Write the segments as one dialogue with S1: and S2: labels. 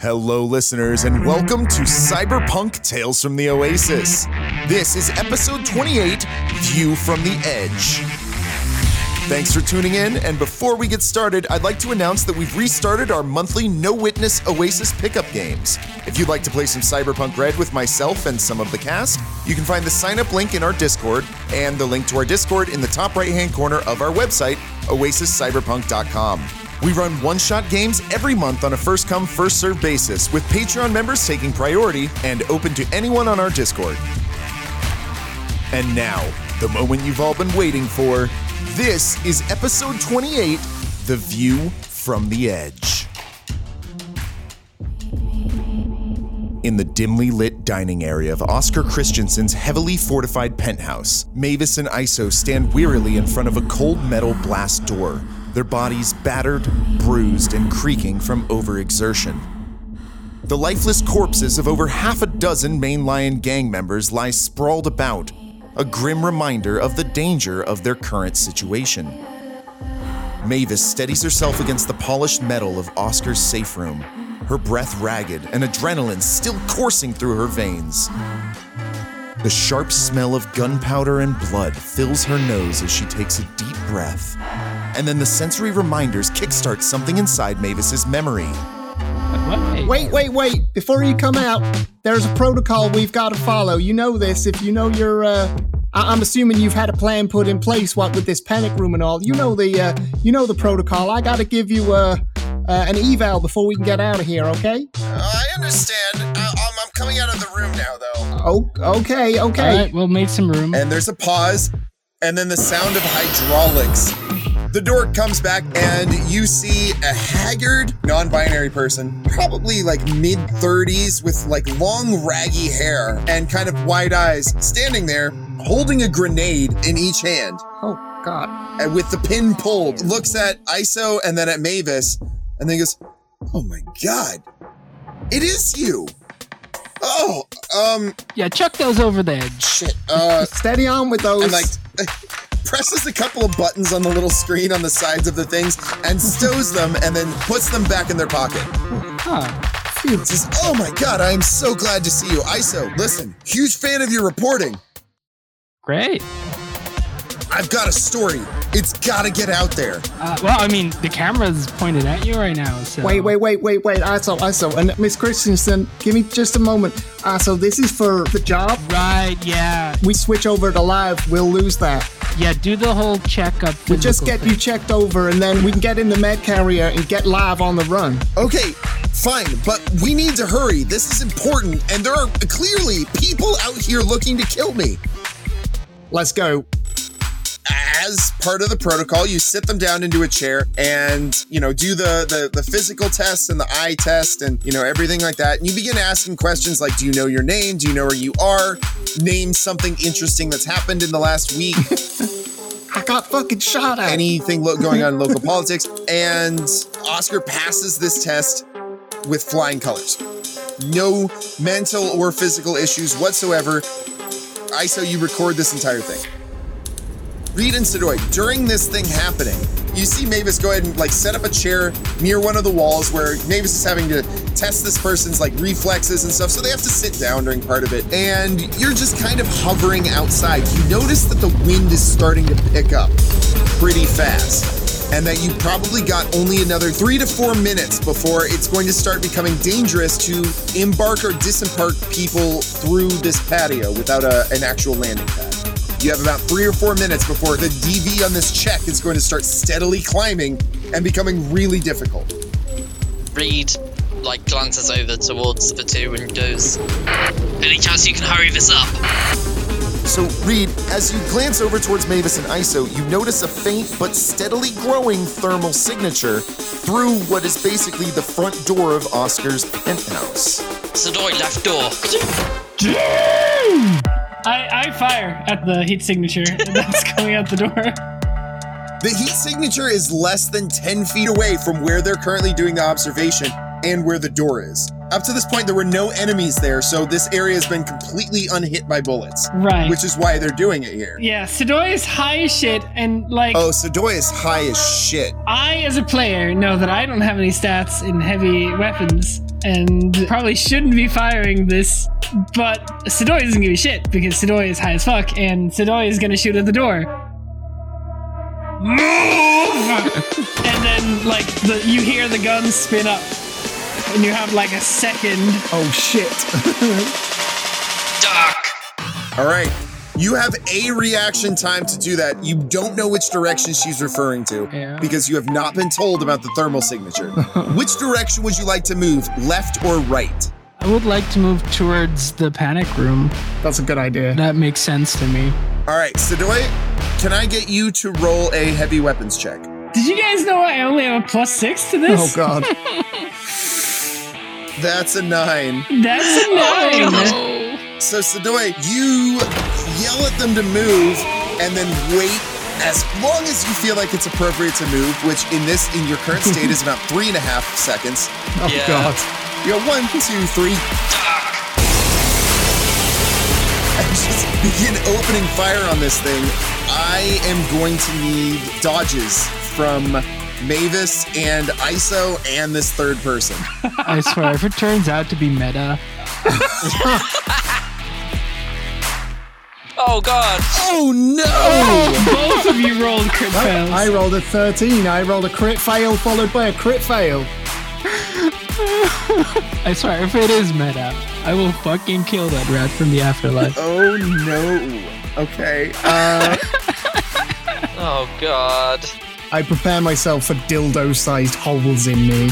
S1: Hello, listeners, and welcome to Cyberpunk Tales from the Oasis. This is episode 28 View from the Edge. Thanks for tuning in, and before we get started, I'd like to announce that we've restarted our monthly No Witness Oasis pickup games. If you'd like to play some Cyberpunk Red with myself and some of the cast, you can find the sign up link in our Discord and the link to our Discord in the top right hand corner of our website, oasiscyberpunk.com. We run one shot games every month on a first come, first served basis, with Patreon members taking priority and open to anyone on our Discord. And now, the moment you've all been waiting for this is episode 28 The View from the Edge. In the dimly lit dining area of Oscar Christensen's heavily fortified penthouse, Mavis and Iso stand wearily in front of a cold metal blast door, their bodies battered, bruised, and creaking from overexertion. The lifeless corpses of over half a dozen Main Lion gang members lie sprawled about, a grim reminder of the danger of their current situation. Mavis steadies herself against the polished metal of Oscar's safe room, her breath ragged and adrenaline still coursing through her veins. The sharp smell of gunpowder and blood fills her nose as she takes a deep breath. And then the sensory reminders kickstart something inside Mavis's memory.
S2: Wait.
S3: Wait, wait, wait. Before you come out, there's a protocol we've got to follow. You know this. If you know your, uh, I- I'm assuming you've had a plan put in place, what with this panic room and all. You know the, uh, you know the protocol. I got to give you, uh, uh, an eval before we can get out of here, okay?
S1: Oh, I understand. I, I'm, I'm coming out of the room now, though.
S3: Oh, okay,
S2: All
S3: okay.
S2: right, we'll make some room.
S1: And there's a pause, and then the sound of hydraulics. The door comes back, and you see a haggard, non binary person, probably like mid 30s, with like long, raggy hair and kind of wide eyes, standing there holding a grenade in each hand.
S3: Oh God.
S1: and with the pin pulled, looks at ISO and then at Mavis, and then goes, "Oh my god, it is you!" Oh, um,
S2: yeah, chuck those over there.
S1: shit. Uh,
S3: Steady on with those.
S1: and like presses a couple of buttons on the little screen on the sides of the things and stows them, and then puts them back in their pocket.
S2: Huh.
S3: Phew.
S1: Says, "Oh my god, I am so glad to see you, ISO. Listen, huge fan of your reporting.
S2: Great.
S1: I've got a story. It's gotta get out there."
S2: Uh, well, I mean, the camera's pointed at you right now, so.
S3: Wait, wait, wait, wait, wait. ISO, ISO, and Miss Christensen, give me just a moment. ISO, this is for the job.
S2: Right, yeah.
S3: We switch over to live, we'll lose that.
S2: Yeah, do the whole checkup.
S3: We just get you checked over, and then we can get in the med carrier and get live on the run.
S1: Okay, fine, but we need to hurry. This is important, and there are clearly people out here looking to kill me.
S3: Let's go.
S1: As part of the protocol, you sit them down into a chair and, you know, do the, the, the physical test and the eye test and, you know, everything like that. And you begin asking questions like, do you know your name? Do you know where you are? Name something interesting that's happened in the last week.
S3: I got fucking shot at.
S1: anything lo- going on in local politics. And Oscar passes this test with flying colors. No mental or physical issues whatsoever. ISO, you record this entire thing. Reed and Sedoy, during this thing happening, you see Mavis go ahead and like set up a chair near one of the walls where Mavis is having to test this person's like reflexes and stuff. So they have to sit down during part of it. And you're just kind of hovering outside. You notice that the wind is starting to pick up pretty fast. And that you probably got only another three to four minutes before it's going to start becoming dangerous to embark or disembark people through this patio without a, an actual landing pad. You have about three or four minutes before the DV on this check is going to start steadily climbing and becoming really difficult.
S4: Reed like glances over towards the two and goes, "Any chance you can hurry this up?"
S1: So, Reed, as you glance over towards Mavis and ISO, you notice a faint but steadily growing thermal signature through what is basically the front door of Oscar's penthouse.
S4: Sadoy left door.
S5: I, I fire at the heat signature that's going out the door.
S1: The heat signature is less than 10 feet away from where they're currently doing the observation, and where the door is. Up to this point, there were no enemies there, so this area has been completely unhit by bullets,
S5: Right.
S1: which is why they're doing it here.
S5: yeah, Sidoi is high as shit, and like
S1: Oh, Sedoy is high as shit.
S5: I, as a player, know that I don't have any stats in heavy weapons, and probably shouldn't be firing this. But Sidoi doesn't give a shit because Sidoi is high as fuck, and Sidoi is gonna shoot at the door. Move! and then, like, the, you hear the guns spin up, and you have like a second
S3: Oh shit.
S4: Duck!
S1: All right. You have a reaction time to do that. You don't know which direction she's referring to
S2: Yeah.
S1: because you have not been told about the thermal signature. which direction would you like to move, left or right?
S2: I would like to move towards the panic room.
S3: That's a good idea.
S2: That makes sense to me.
S1: All right, Sedoy, can I get you to roll a heavy weapons check?
S5: Did you guys know I only have a plus six to
S3: Oh
S5: this?
S3: god.
S1: That's a nine.
S5: That's a nine.
S3: Oh,
S1: So, Sedoy, you yell at them to move and then wait as long as you feel like it's appropriate to move, which in this, in your current state, is about three and a half seconds.
S3: Oh
S4: Yeah.
S3: god.
S1: You go one, two, three. And just begin opening fire on this thing. I am going to need dodges from Mavis and ISO and this third person.
S2: I swear, if it turns out to be meta,
S4: Oh god!
S1: Oh no!
S5: Both of you rolled crit fails.
S3: I rolled a 13. I rolled a crit fail followed by a crit fail.
S2: I swear, if it is meta, I will fucking kill that rat from the afterlife.
S1: Oh no! Okay. Uh,
S4: Oh god.
S3: I prepare myself for dildo-sized holes in me.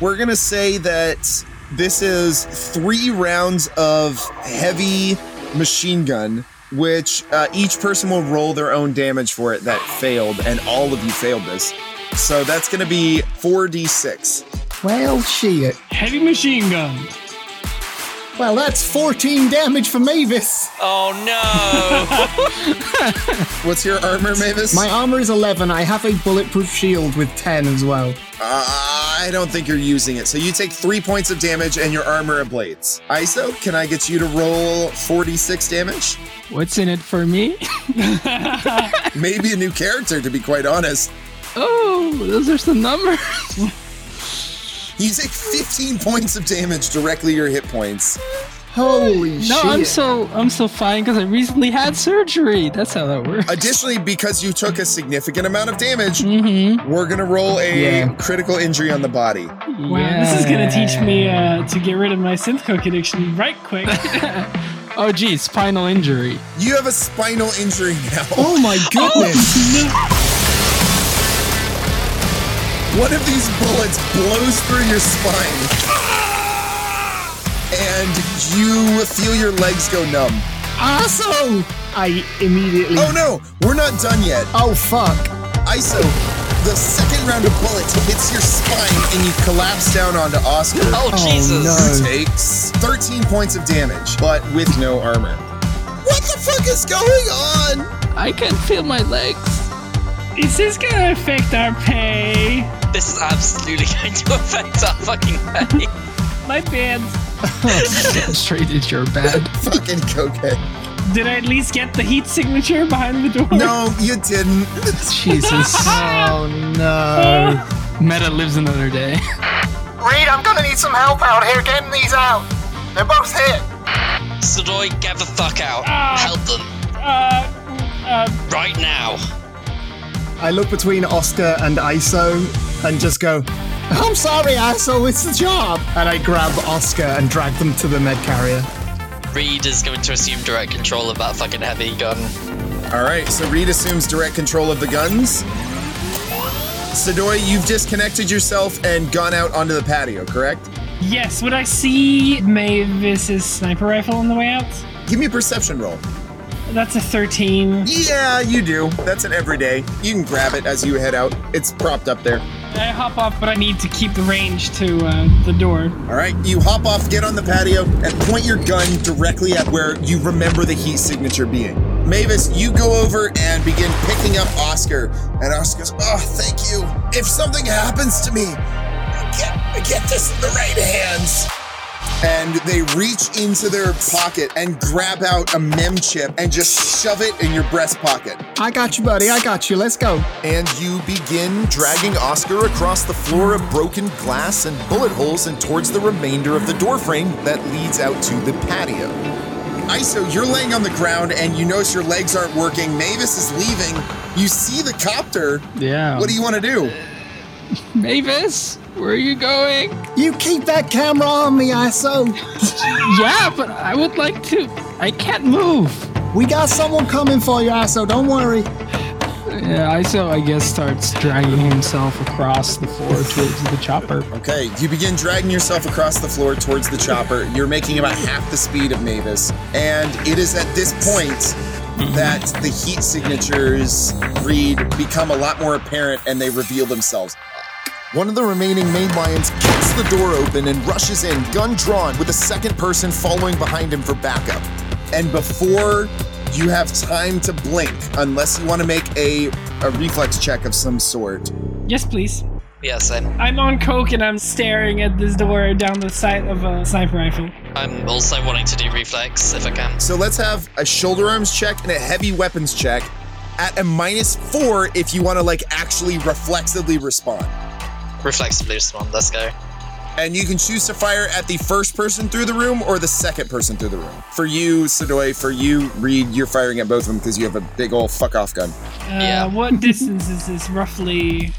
S1: we're gonna say that this is three rounds of heavy machine gun, which uh, each person will roll their own damage for it that failed, and all of you failed this. So that's gonna be 4d6.
S3: Well, shit.
S5: Heavy machine gun.
S3: Well, that's 14 damage for Mavis.
S4: Oh no! Oh,
S1: What's your armor, Mavis?
S3: My armor is 11. I have a bulletproof shield with 10 as well.
S1: Uh, I don't think you're using it. So you take three points of damage and your armor ablates. ISO, can I get you to roll 46 damage?
S2: What's in it for me?
S1: Maybe a new character, to be quite honest.
S2: Oh, those are some numbers.
S1: You take 15 points of damage directly to your hit points.
S3: Holy shit.
S2: No, I'm so I'm so fine because I recently had surgery. That's how that works.
S1: Additionally, because you took a significant amount of damage, we're going to roll a
S3: Mm-hmm. Yeah.
S1: critical injury on the body.
S5: Wow, this is gonna teach me uh, to get rid of my synth coke addiction right quick.
S2: Oh, geez, spinal injury.
S1: You have a spinal injury now.
S3: Oh my goodness.
S1: One of these bullets blows through your spine. And you feel your legs go numb.
S3: Asshole! I immediately.
S1: Oh no, we're not done yet.
S3: Oh fuck.
S1: ISO, the second round of bullets hits your spine and you collapse down onto Oscar.
S4: Oh Jesus!
S3: no.
S1: Who takes 13 points of damage, but with no armor. What the fuck is going on?
S2: I can feel my legs.
S5: Is this gonna affect our pay?
S4: This is absolutely going to affect our fucking pay.
S5: My band.
S2: Straight into your bed.
S1: Fucking cocaine.
S5: Did I at least get the heat signature behind the door?
S1: No, you didn't.
S2: Jesus. oh no. Meta lives another day.
S3: Reed, I'm gonna need some help out here getting these out. They're both hit.
S4: Sodoi, get the fuck out.
S5: Ah.
S4: Help them.
S5: Uh, uh,
S4: Right now.
S3: I look between Oscar and ISO and just go, I'm sorry, ISO, it's the job. And I grab Oscar and drag them to the med carrier.
S4: Reed is going to assume direct control of that fucking heavy gun.
S1: All right, so Reed assumes direct control of the guns. Sidori, you've disconnected yourself and gone out onto the patio, correct?
S5: yes, would I see Mavis's sniper rifle on the way out?
S1: Give me a perception roll.
S5: That's a 13.
S1: Yeah, you do. That's an everyday. You can grab it as you head out. It's propped up there.
S5: I hop off, but I need to keep the range to uh, the door.
S1: All right, you hop off, get on the patio, and point your gun directly at where you remember the heat signature being. Mavis, you go over and begin picking up Oscar. And Oscar goes, Oh, thank you. If something happens to me, get Get this in the right hands. And they reach into their pocket and grab out a mem chip and just shove it in your breast pocket.
S3: I got you, buddy. I got you. Let's go.
S6: And you begin dragging Oscar across the floor of broken glass and bullet holes and towards the remainder of the doorframe that leads out to the patio.
S1: ISO, you're laying on the ground and you notice your legs aren't working. Mavis is leaving. You see the copter.
S2: Yeah.
S1: What do you want to do?
S2: Mavis, where are you going?
S3: You keep that camera on me, ISO.
S2: Yeah, but I would like to. I can't move.
S3: We got someone coming for you, ISO. Don't worry.
S2: Yeah, ISO, I guess, starts dragging himself across the floor towards the chopper.
S1: Okay, you begin dragging yourself across the floor towards the chopper. You're making about half the speed of Mavis. And it is at this point that the heat signatures read become a lot more apparent and they reveal themselves.
S6: One of the remaining main lions kicks the door open and rushes in, gun drawn, with a second person following behind him for backup.
S1: And before you have time to blink, unless you want to make a, a reflex check of some sort,
S5: Yes, please.
S4: Yeah, same.
S5: I'm on coke and I'm staring at this door down the sight of a sniper rifle.
S4: I'm also wanting to do reflex if I can.
S1: So let's have a shoulder arms check and a heavy weapons check at a minus four if you want to like actually reflexively respond.
S4: Reflexively respond, let's go.
S1: And you can choose to fire at the first person through the room or the second person through the room. For you, Sadoi, for you, Reed, you're firing at both of them because you have a big old fuck off gun.
S5: Uh,
S4: Yeah.
S5: What distance is this roughly?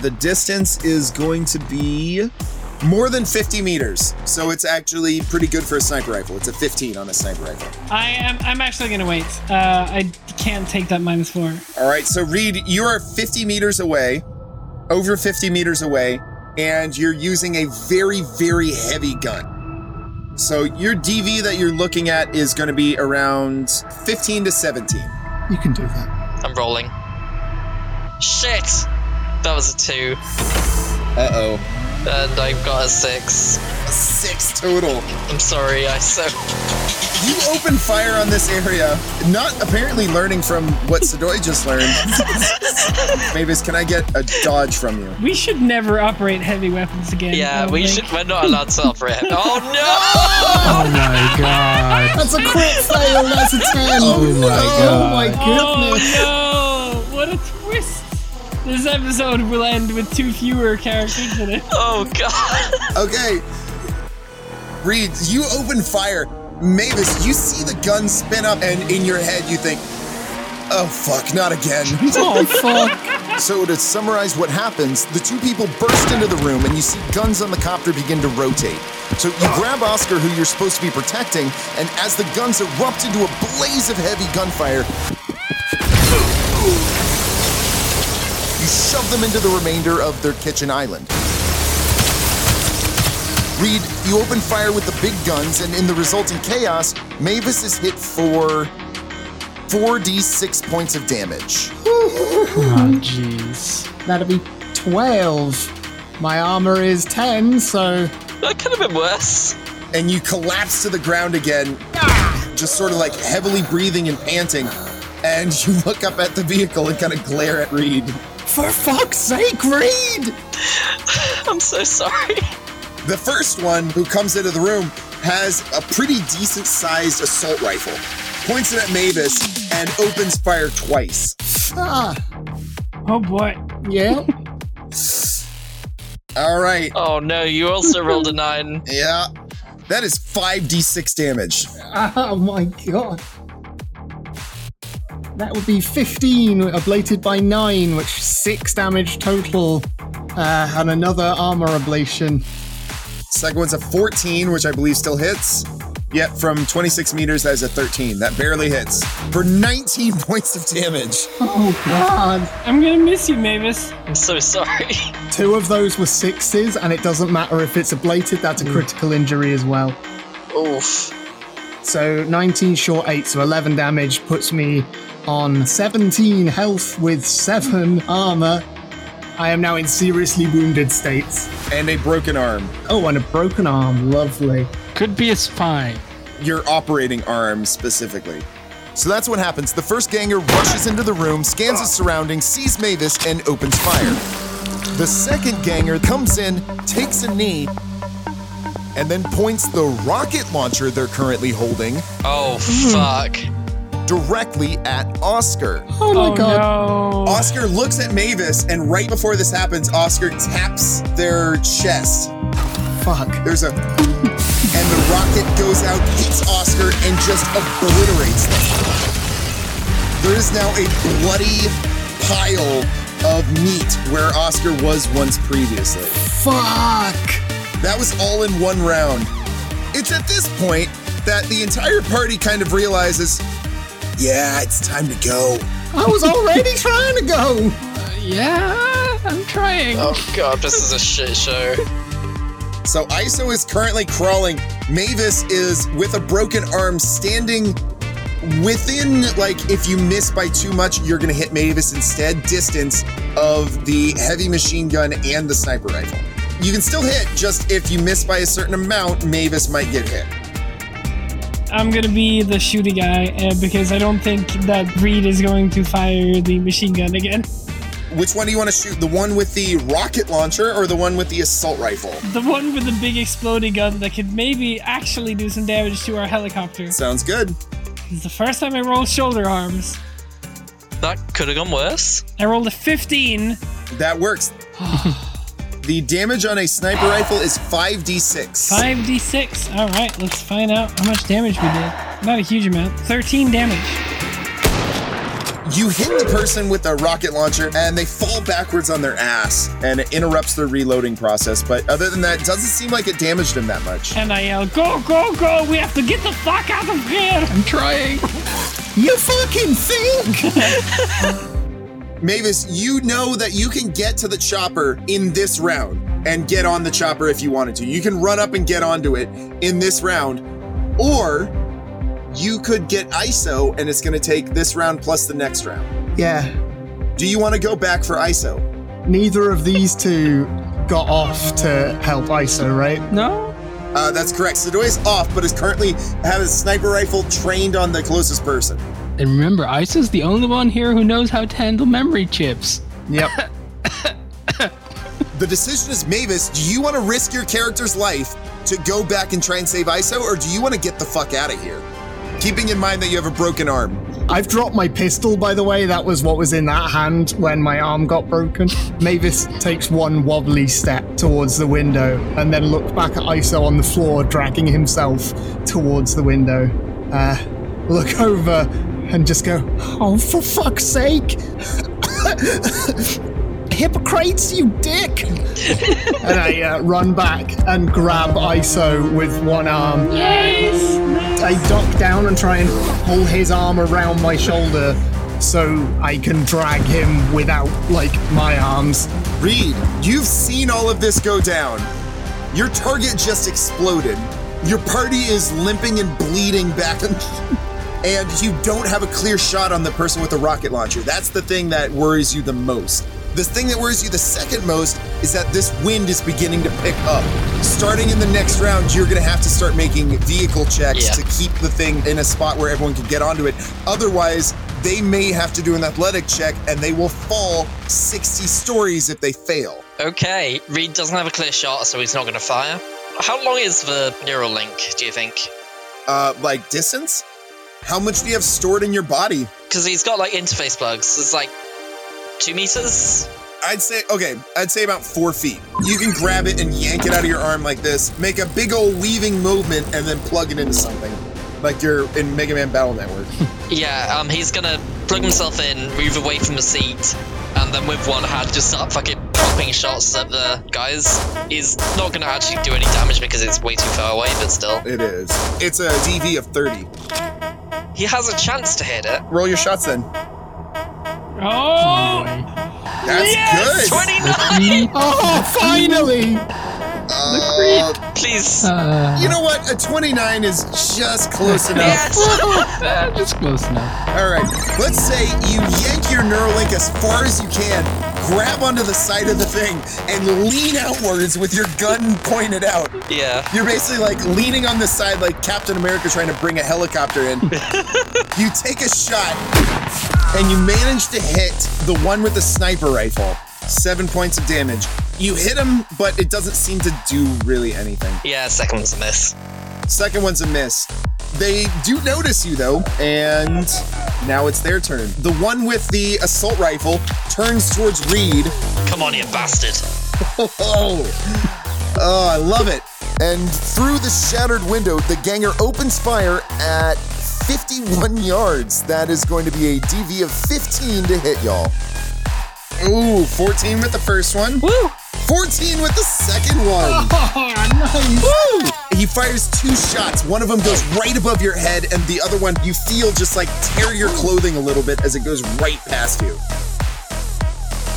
S1: The distance is going to be more than 50 meters. So it's actually pretty good for a sniper rifle. It's a 15 on a sniper rifle.
S5: I am. I'm actually gonna wait. Uh, I can't take that minus four.
S1: All right, so Reed, you are 50 meters away, over 50 meters away, and you're using a very, very heavy gun. So your DV that you're looking at is going to be around 15 to 17.
S3: You can do that.
S4: I'm rolling. Shit! That was a two,
S1: Uh oh.
S4: and I've got a six.
S1: Six total.
S4: I'm sorry, I so.
S1: You open fire on this area, not apparently learning from what Sadoi just learned. Mavis, can I get a dodge from you?
S5: We should never operate heavy weapons again. I
S4: Yeah,
S5: don't
S4: we
S5: think.
S4: should. We're not allowed to operate. Oh no!
S2: Oh my god.
S3: That's a crit fail. That's a 10.
S2: Oh my
S3: Oh my
S2: God.
S3: goodness.
S5: Oh no! What a twist! This episode will end with two fewer characters in it.
S4: Oh god!
S1: Okay. Reed, you open fire. Mavis, you see the gun spin up, and in your head you think, oh fuck, not again.
S3: Oh, fuck.
S6: So, to summarize what happens, the two people burst into the room and you see guns on the copter begin to rotate. So, you grab Oscar, who you're supposed to be protecting, and as the guns erupt into a blaze of heavy gunfire, you shove them into the remainder of their kitchen island. Reed, you open fire with the big guns, and in the resulting chaos, Mavis is hit for 4d6 points of damage.
S2: Oh, jeez.
S3: That'll be 12. My armor is 10, so
S4: That could have been worse.
S1: And you collapse to the ground again, just sort of like heavily breathing and panting. And you look up at the vehicle and kind of glare at Reed.
S3: for fuck's sake, Reed!
S4: I'm so sorry.
S1: The first one who comes into the room has a pretty decent sized assault rifle, points it at Mavis, and opens fire twice.
S3: Ah,
S5: Oh boy!
S3: yeah.
S1: All right.
S4: Oh no! You also rolled a nine.
S1: Yeah. That is 5d6 damage.
S3: Oh my god. That would be 15, ablated by 9, which 6 damage total, uh, and another armor ablation.
S1: Second one's a 14, which I believe still hits. Yet from 26 meters, that is a 13. That barely hits for 19 points of damage.
S3: Oh god.
S5: I'm gonna miss you, Mavis.
S4: I'm so sorry.
S3: Two of those were sixes, and it doesn't matter if it's ablated, that's a critical injury as well.
S4: Oof.
S3: So 19 short 8, so 11 damage puts me on 17 health with 7 armor. I am now in seriously wounded states.
S1: And a broken arm.
S3: Oh, and a broken arm. Lovely.
S2: Could be a spine.
S1: Your operating arm specifically.
S6: So that's what happens. The first ganger rushes into the room, scans its surroundings, sees Mavis, and opens fire. The second ganger comes in, takes a knee, and then points the rocket launcher they're currently holding
S4: Oh, fuck.
S6: directly at Oscar.
S3: Oh my
S5: oh
S3: god.
S5: no.
S1: Oscar looks at Mavis, and right before this happens, Oscar taps their chest.
S3: Fuck.
S1: There's a. And the rocket goes out, hits Oscar, and just obliterates them. There is now a bloody pile of meat where Oscar was once previously.
S3: Fuck.
S1: That was all in one round. It's at this point that the entire party kind of realizes yeah, it's time to go.
S3: I was already trying to go.
S2: Yeah, I'm trying.
S4: Oh god, this is a shit show.
S1: So ISO is currently crawling. Mavis is with a broken arm standing within, like, if you miss by too much, you're going to hit Mavis instead, distance of the heavy machine gun and the sniper rifle. You can still hit, just if you miss by a certain amount, Mavis might get hit.
S5: I'm gonna be the shooty guy uh, because I don't think that Reed is going to fire the machine gun again.
S1: Which one do you want to shoot? The one with the rocket launcher or the one with the assault rifle?
S5: The one with the big exploding gun that could maybe actually do some damage to our helicopter.
S1: Sounds good.
S5: This is the first time I roll shoulder arms.
S4: That could have gone worse.
S5: I rolled a 15.
S1: That works. the damage on a sniper rifle is 5d6.
S5: 5d6. All right, let's find out how much damage we did. Not a huge amount. 13 damage.
S1: You hit the person with a rocket launcher and they fall backwards on their ass and it interrupts their reloading process. But other than that, it doesn't seem like it damaged them that much.
S5: And I yell, go, go, go! We have to get the fuck out of here!
S2: I'm trying.
S3: You fucking think?
S1: Mavis, you know that you can get to the chopper in this round and get on the chopper if you wanted to. You can run up and get onto it in this round, or you could get ISO and it's going to take this round plus the next round.
S3: yeah.
S1: Do you want to go back for ISO?
S3: Neither of these two got off to help ISO, right?
S2: No?
S1: Uh, that's correct. Sadoy is off, but is currently has a sniper rifle trained on the closest person.
S2: And remember, Isa's the only one here who knows how to handle memory chips.
S3: Yep.
S1: The decision is Mavis, do you want to risk your character's life to go back and try and save ISO, or do you want to get the fuck out of here? Keeping in mind that you have a broken arm.
S3: I've dropped my pistol, by the way. That was what was in that hand when my arm got broken. Mavis takes one wobbly step towards the window and then looks back at ISO on the floor, dragging himself towards the window. Uh, look over and just go, Oh, for fuck's sake! Hippocrates, you dick! and I uh, run back and grab ISO with one arm I duck down and try and pull his arm around my shoulder so I can drag him without, like, my arms.
S1: Reed, you've seen all of this go down. Your target just exploded. Your party is limping and bleeding back, and, and you don't have a clear shot on the person with the rocket launcher. That's the thing that worries you the most. The thing that worries you the second most is that this wind is beginning to pick up. Starting in the next round, you're going to have to start making vehicle checks
S4: Yeah.
S1: to keep the thing in a spot where everyone can get onto it. Otherwise, they may have to do an athletic check and they will fall 60 stories if they fail.
S4: Okay, Reed doesn't have a clear shot, so he's not gonna fire. How long is the neural link, do you think?
S1: Uh, like distance? How much do you have stored in your body?
S4: Because he's got like interface plugs. It's like two meters.
S1: I'd say, okay, I'd say about four feet. You can grab it and yank it out of your arm like this, make a big old weaving movement, and then plug it into something. Like you're in Mega Man Battle Network.
S4: Yeah, um, he's gonna plug himself in, move away from the seat, and then with one hand just start fucking popping shots at the guys. He's not gonna actually do any damage because it's way too far away, but still.
S1: it is. It's a DV of 30.
S4: He has a chance to hit it.
S1: Roll your shots then.
S5: Oh!
S1: That's
S5: Yes!
S1: good.
S4: 29!
S3: Oh, finally!
S1: Uh,
S4: Please.
S2: Uh,
S1: you know what? A 29 is just close enough.
S2: eh, just close enough.
S1: All right, let's say you yank your Neuralink as far as you can, grab onto the side of the thing, and lean outwards with your gun pointed out.
S4: Yeah.
S1: You're basically like leaning on the side like Captain America trying to bring a helicopter in. you take a shot, and you manage to hit the one with the sniper rifle. seven points of damage. You hit him, but it doesn't seem to do really anything.
S4: Yeah, second one's a miss.
S1: Second one's a miss. They do notice you though, and now it's their turn. The one with the assault rifle turns towards Reed.
S4: Come on, you bastard.
S1: Oh, oh I love it.
S6: And through the shattered window, the ganger opens fire at 51 yards. That is going to be a DV of 15 to hit y'all.
S1: Ooh, 14 with the first one.
S5: Woo!
S1: 14 with the second one.
S5: Oh, nice.
S1: He fires two shots. One of them goes right above your head, and the other one you feel just like tear your clothing a little bit as it goes right past you.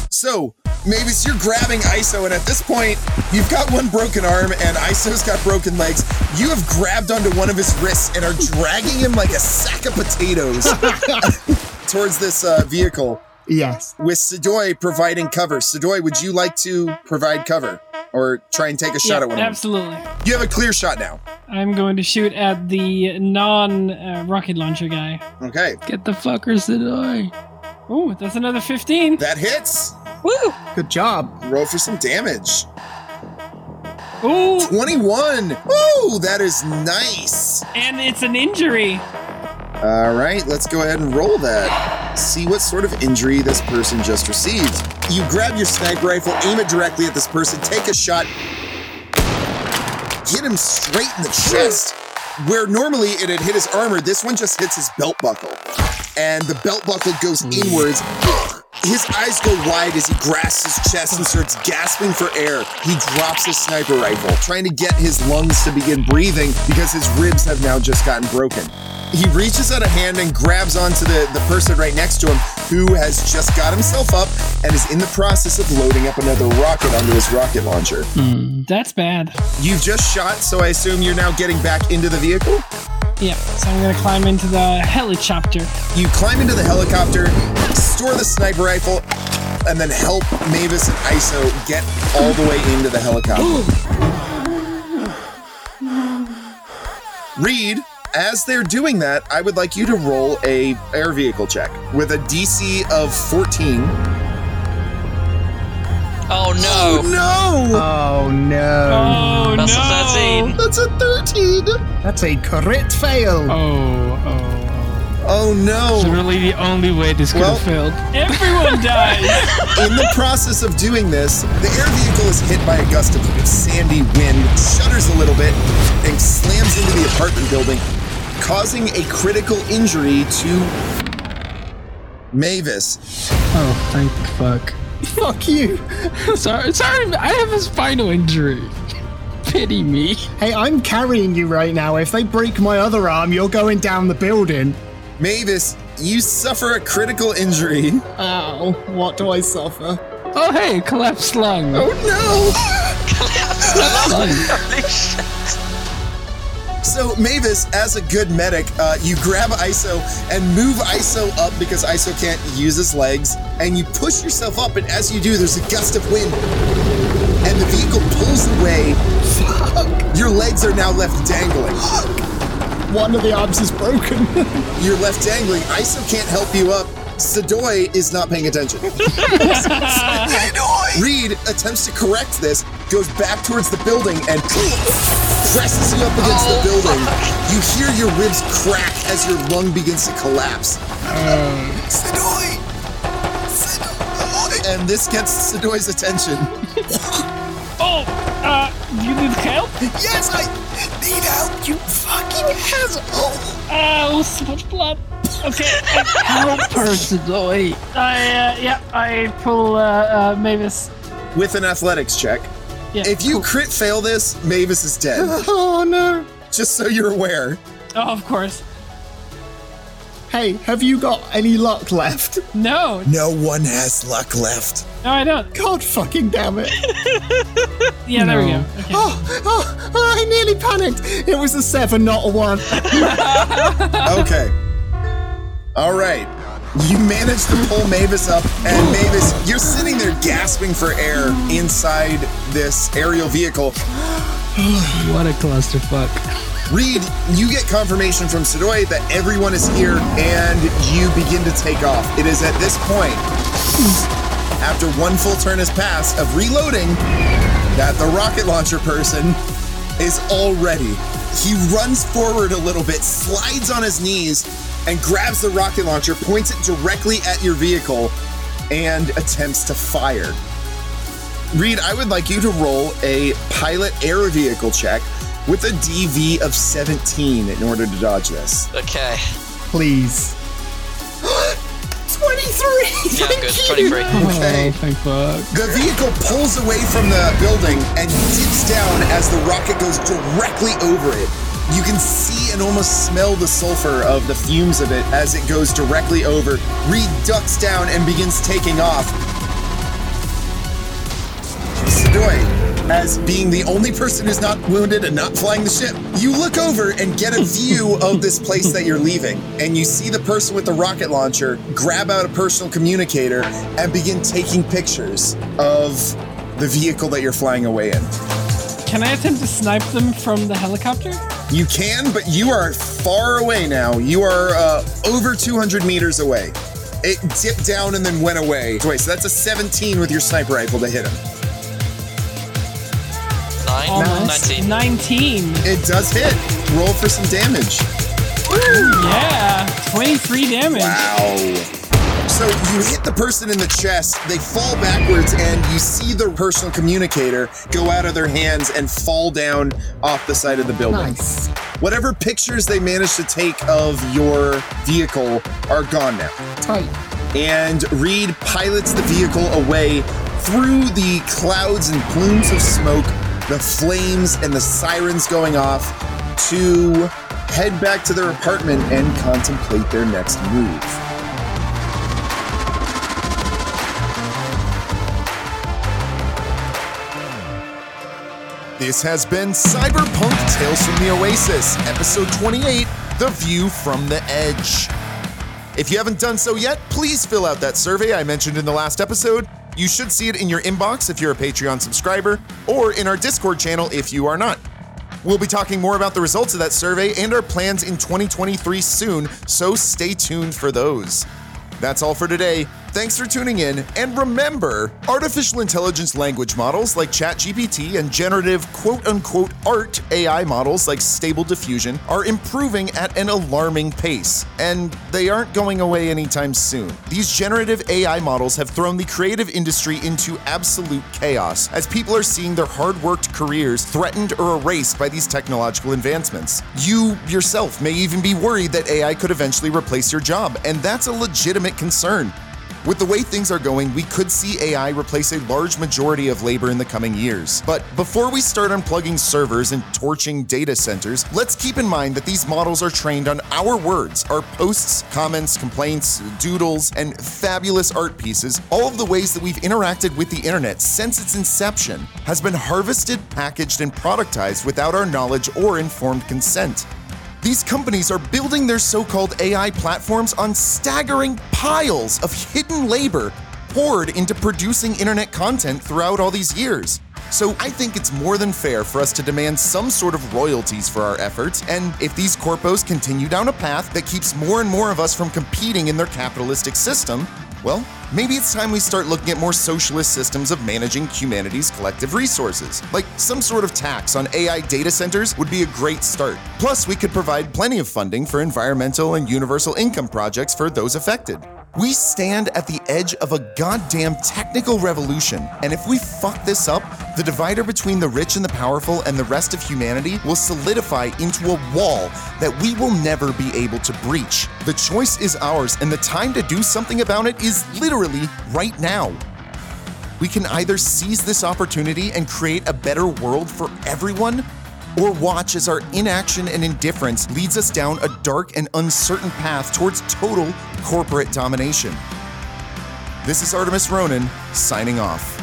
S1: So, Mavis, you're grabbing ISO, and at this point, you've got one broken arm, and ISO's got broken legs. You have grabbed onto one of his wrists and are dragging him like a sack of potatoes towards this uh, vehicle
S3: Yes.
S1: with Sidoi providing cover. Sidoi, would you like to provide cover or try and take a shot
S5: Yeah,
S1: at one of them?
S5: absolutely.
S1: You have a clear shot now.
S5: I'm going to shoot at the non uh, rocket launcher guy.
S1: Okay.
S2: Get the fuckers to die.
S5: Ooh, that's another 15.
S1: That hits.
S5: Woo!
S3: Good job.
S1: Roll for some damage.
S5: Ooh,
S1: 21. Woo, that is nice.
S5: and it's an injury.
S1: All right, let's go ahead and roll that. See what sort of injury this person just received. You grab your sniper rifle, aim it directly at this person, take a shot, hit him straight in the chest. Where normally it had hit his armor, this one just hits his belt buckle. And the belt buckle goes inwards. His eyes go wide as he grasps his chest and starts gasping for air. He drops his sniper rifle, trying to get his lungs to begin breathing because his ribs have now just gotten broken. He reaches out a hand and grabs onto the, the person right next to him who has just got himself up and is in the process of loading up another rocket onto his rocket launcher.
S5: That's bad.
S1: You've just shot, so I assume you're now getting back into the vehicle?
S5: Yeah, so I'm going to climb into the helicopter.
S1: You climb into the helicopter, store the sniper rifle, and then help Mavis and ISO get all the way into the helicopter. Reed, as they're doing that, I would like you to roll a air vehicle check with a DC of 14.
S4: Oh no!
S1: no!
S3: Oh no.
S5: Oh,
S4: That's
S5: no.
S4: a
S1: That's a
S4: 13.
S1: 13!
S3: That's a crit fail.
S2: Oh, oh, oh.
S1: Oh no!
S2: Literally the only way this could
S1: Well-
S2: have failed.
S5: Everyone dies.
S1: In the process of doing this, the air vehicle is hit by a gust of sandy wind, shudders a little bit, and slams into the apartment building, causing a critical injury to Mavis.
S2: Oh, thank
S3: Fuck you.
S2: fuck. Sorry, sorry, I have a spinal injury. Pity me.
S3: Hey, I'm carrying you right now. If they break my other arm, you're going down the building.
S1: Mavis, you suffer a critical injury.
S3: Oh, what do I suffer?
S2: Oh, hey, collapsed lung.
S1: Oh
S2: Lung.
S1: no! So, Mavis, as a good medic, uh, you grab ISO and move ISO up because ISO can't use his legs, and you push yourself up, and as you do, there's a gust of wind and the vehicle pulls away. Your legs are now left dangling.
S3: One of the arms is broken.
S1: You're left dangling. ISO can't help you up. Sadoi is not paying attention. Reed attempts to correct this, goes back towards the building, and presses you up against the building. You hear your ribs crack as your lung begins to collapse. Sadoi! Sadoi! And this gets Sadoi's attention.
S5: oh, uh, you need help?
S1: Yes, I need help, you fucking asshole!
S5: Oh, so much blood. Okay. Help
S2: Personally.
S5: I, uh, yeah, I pull uh, uh, Mavis.
S1: With an athletics check.
S5: Yeah.
S1: If you crit fail this, Mavis is dead.
S3: oh no.
S1: Just so you're aware.
S5: Oh, of course.
S3: Hey, have you got any luck left?
S5: No,
S1: No one has luck left.
S5: no, I don't.
S3: God fucking damn it.
S5: Yeah, there we
S2: No.
S5: go. Okay.
S3: Oh, oh, oh, I nearly panicked. It was a seven, not a one.
S1: Okay. All right. You manage to pull Mavis up, and Mavis, you're sitting there gasping for air inside this aerial vehicle.
S2: What a clusterfuck.
S1: Reed, you get confirmation from Sidoi that everyone is here, and you begin to take off. It is at this point
S7: after one full turn has passed of reloading that the rocket launcher person is already. He runs forward a little bit, slides on his knees, and grabs the rocket launcher, points it directly at your vehicle, and attempts to fire. Reed, I would like you to roll a pilot air vehicle check with a DV of 17 in order to dodge this.
S4: Okay.
S3: Please.
S7: 23!
S4: Yeah, I'm good. 23.
S7: Okay.
S8: Oh, thank fuck.
S7: The vehicle pulls away from the building and dips down as the rocket goes directly over it. You can see and almost smell the sulfur of the fumes of it as it goes directly over. Reed ducks down and begins taking off. Sedoi, as being the only person who's not wounded and not flying the ship, you look over and get a view of this place that you're leaving. And you see the person with the rocket launcher grab out a personal communicator and begin taking pictures of the vehicle that you're flying away in.
S5: Can I attempt to snipe them from the helicopter?
S7: You can, but you are far away now. You are uh, over 200 meters away. It dipped down and then went away. Wait, so that's a 17 with your sniper rifle to hit him.
S4: 9?
S5: Almost.
S4: 19.
S5: 19.
S7: It does hit. Roll for some damage.
S5: Yeah. 23 damage.
S7: Wow. So you hit the person in the chest, they fall backwards, and you see the personal communicator go out of their hands and fall down off the side of the building.
S3: Nice.
S7: Whatever pictures they managed to take of your vehicle are gone now.
S3: Tight.
S7: and Reed pilots the vehicle away through the clouds and plumes of smoke, the flames and the sirens going off to head back to their apartment and contemplate their next move.
S1: This has been Cyberpunk Tales from the Oasis, episode 28 The View from the Edge. If you haven't done so yet, please fill out that survey I mentioned in the last episode. You should see it in your inbox if you're a Patreon subscriber, or in our Discord channel if you are not. We'll be talking more about the results of that survey and our plans in 2023 soon, so stay tuned for those. That's all for today. Thanks for tuning in, and remember artificial intelligence language models like ChatGPT and generative quote unquote art AI models like Stable Diffusion are improving at an alarming pace, and they aren't going away anytime soon. These generative AI models have thrown the creative industry into absolute chaos as people are seeing their hard worked careers threatened or erased by these technological advancements. You yourself may even be worried that AI could eventually replace your job, and that's a legitimate concern. With the way things are going, we could see AI replace a large majority of labor in the coming years. But before we start unplugging servers and torching data centers, let's keep in mind that these models are trained on our words, our posts, comments, complaints, doodles, and fabulous art pieces. All of the ways that we've interacted with the internet since its inception has been harvested, packaged, and productized without our knowledge or informed consent. These companies are building their so called AI platforms on staggering piles of hidden labor poured into producing internet content throughout all these years. So I think it's more than fair for us to demand some sort of royalties for our efforts, and if these corpos continue down a path that keeps more and more of us from competing in their capitalistic system, well, maybe it's time we start looking at more socialist systems of managing humanity's collective resources. Like some sort of tax on AI data centers would be a great start. Plus, we could provide plenty of funding for environmental and universal income projects for those affected. We stand at the edge of a goddamn technical revolution, and if we fuck this up, the divider between the rich and the powerful and the rest of humanity will solidify into a wall that we will never be able to breach. The choice is ours, and the time to do something about it is literally right now. We can either seize this opportunity and create a better world for everyone, or watch as our inaction and indifference leads us down a dark and uncertain path towards total corporate domination. This is Artemis Ronan, signing off.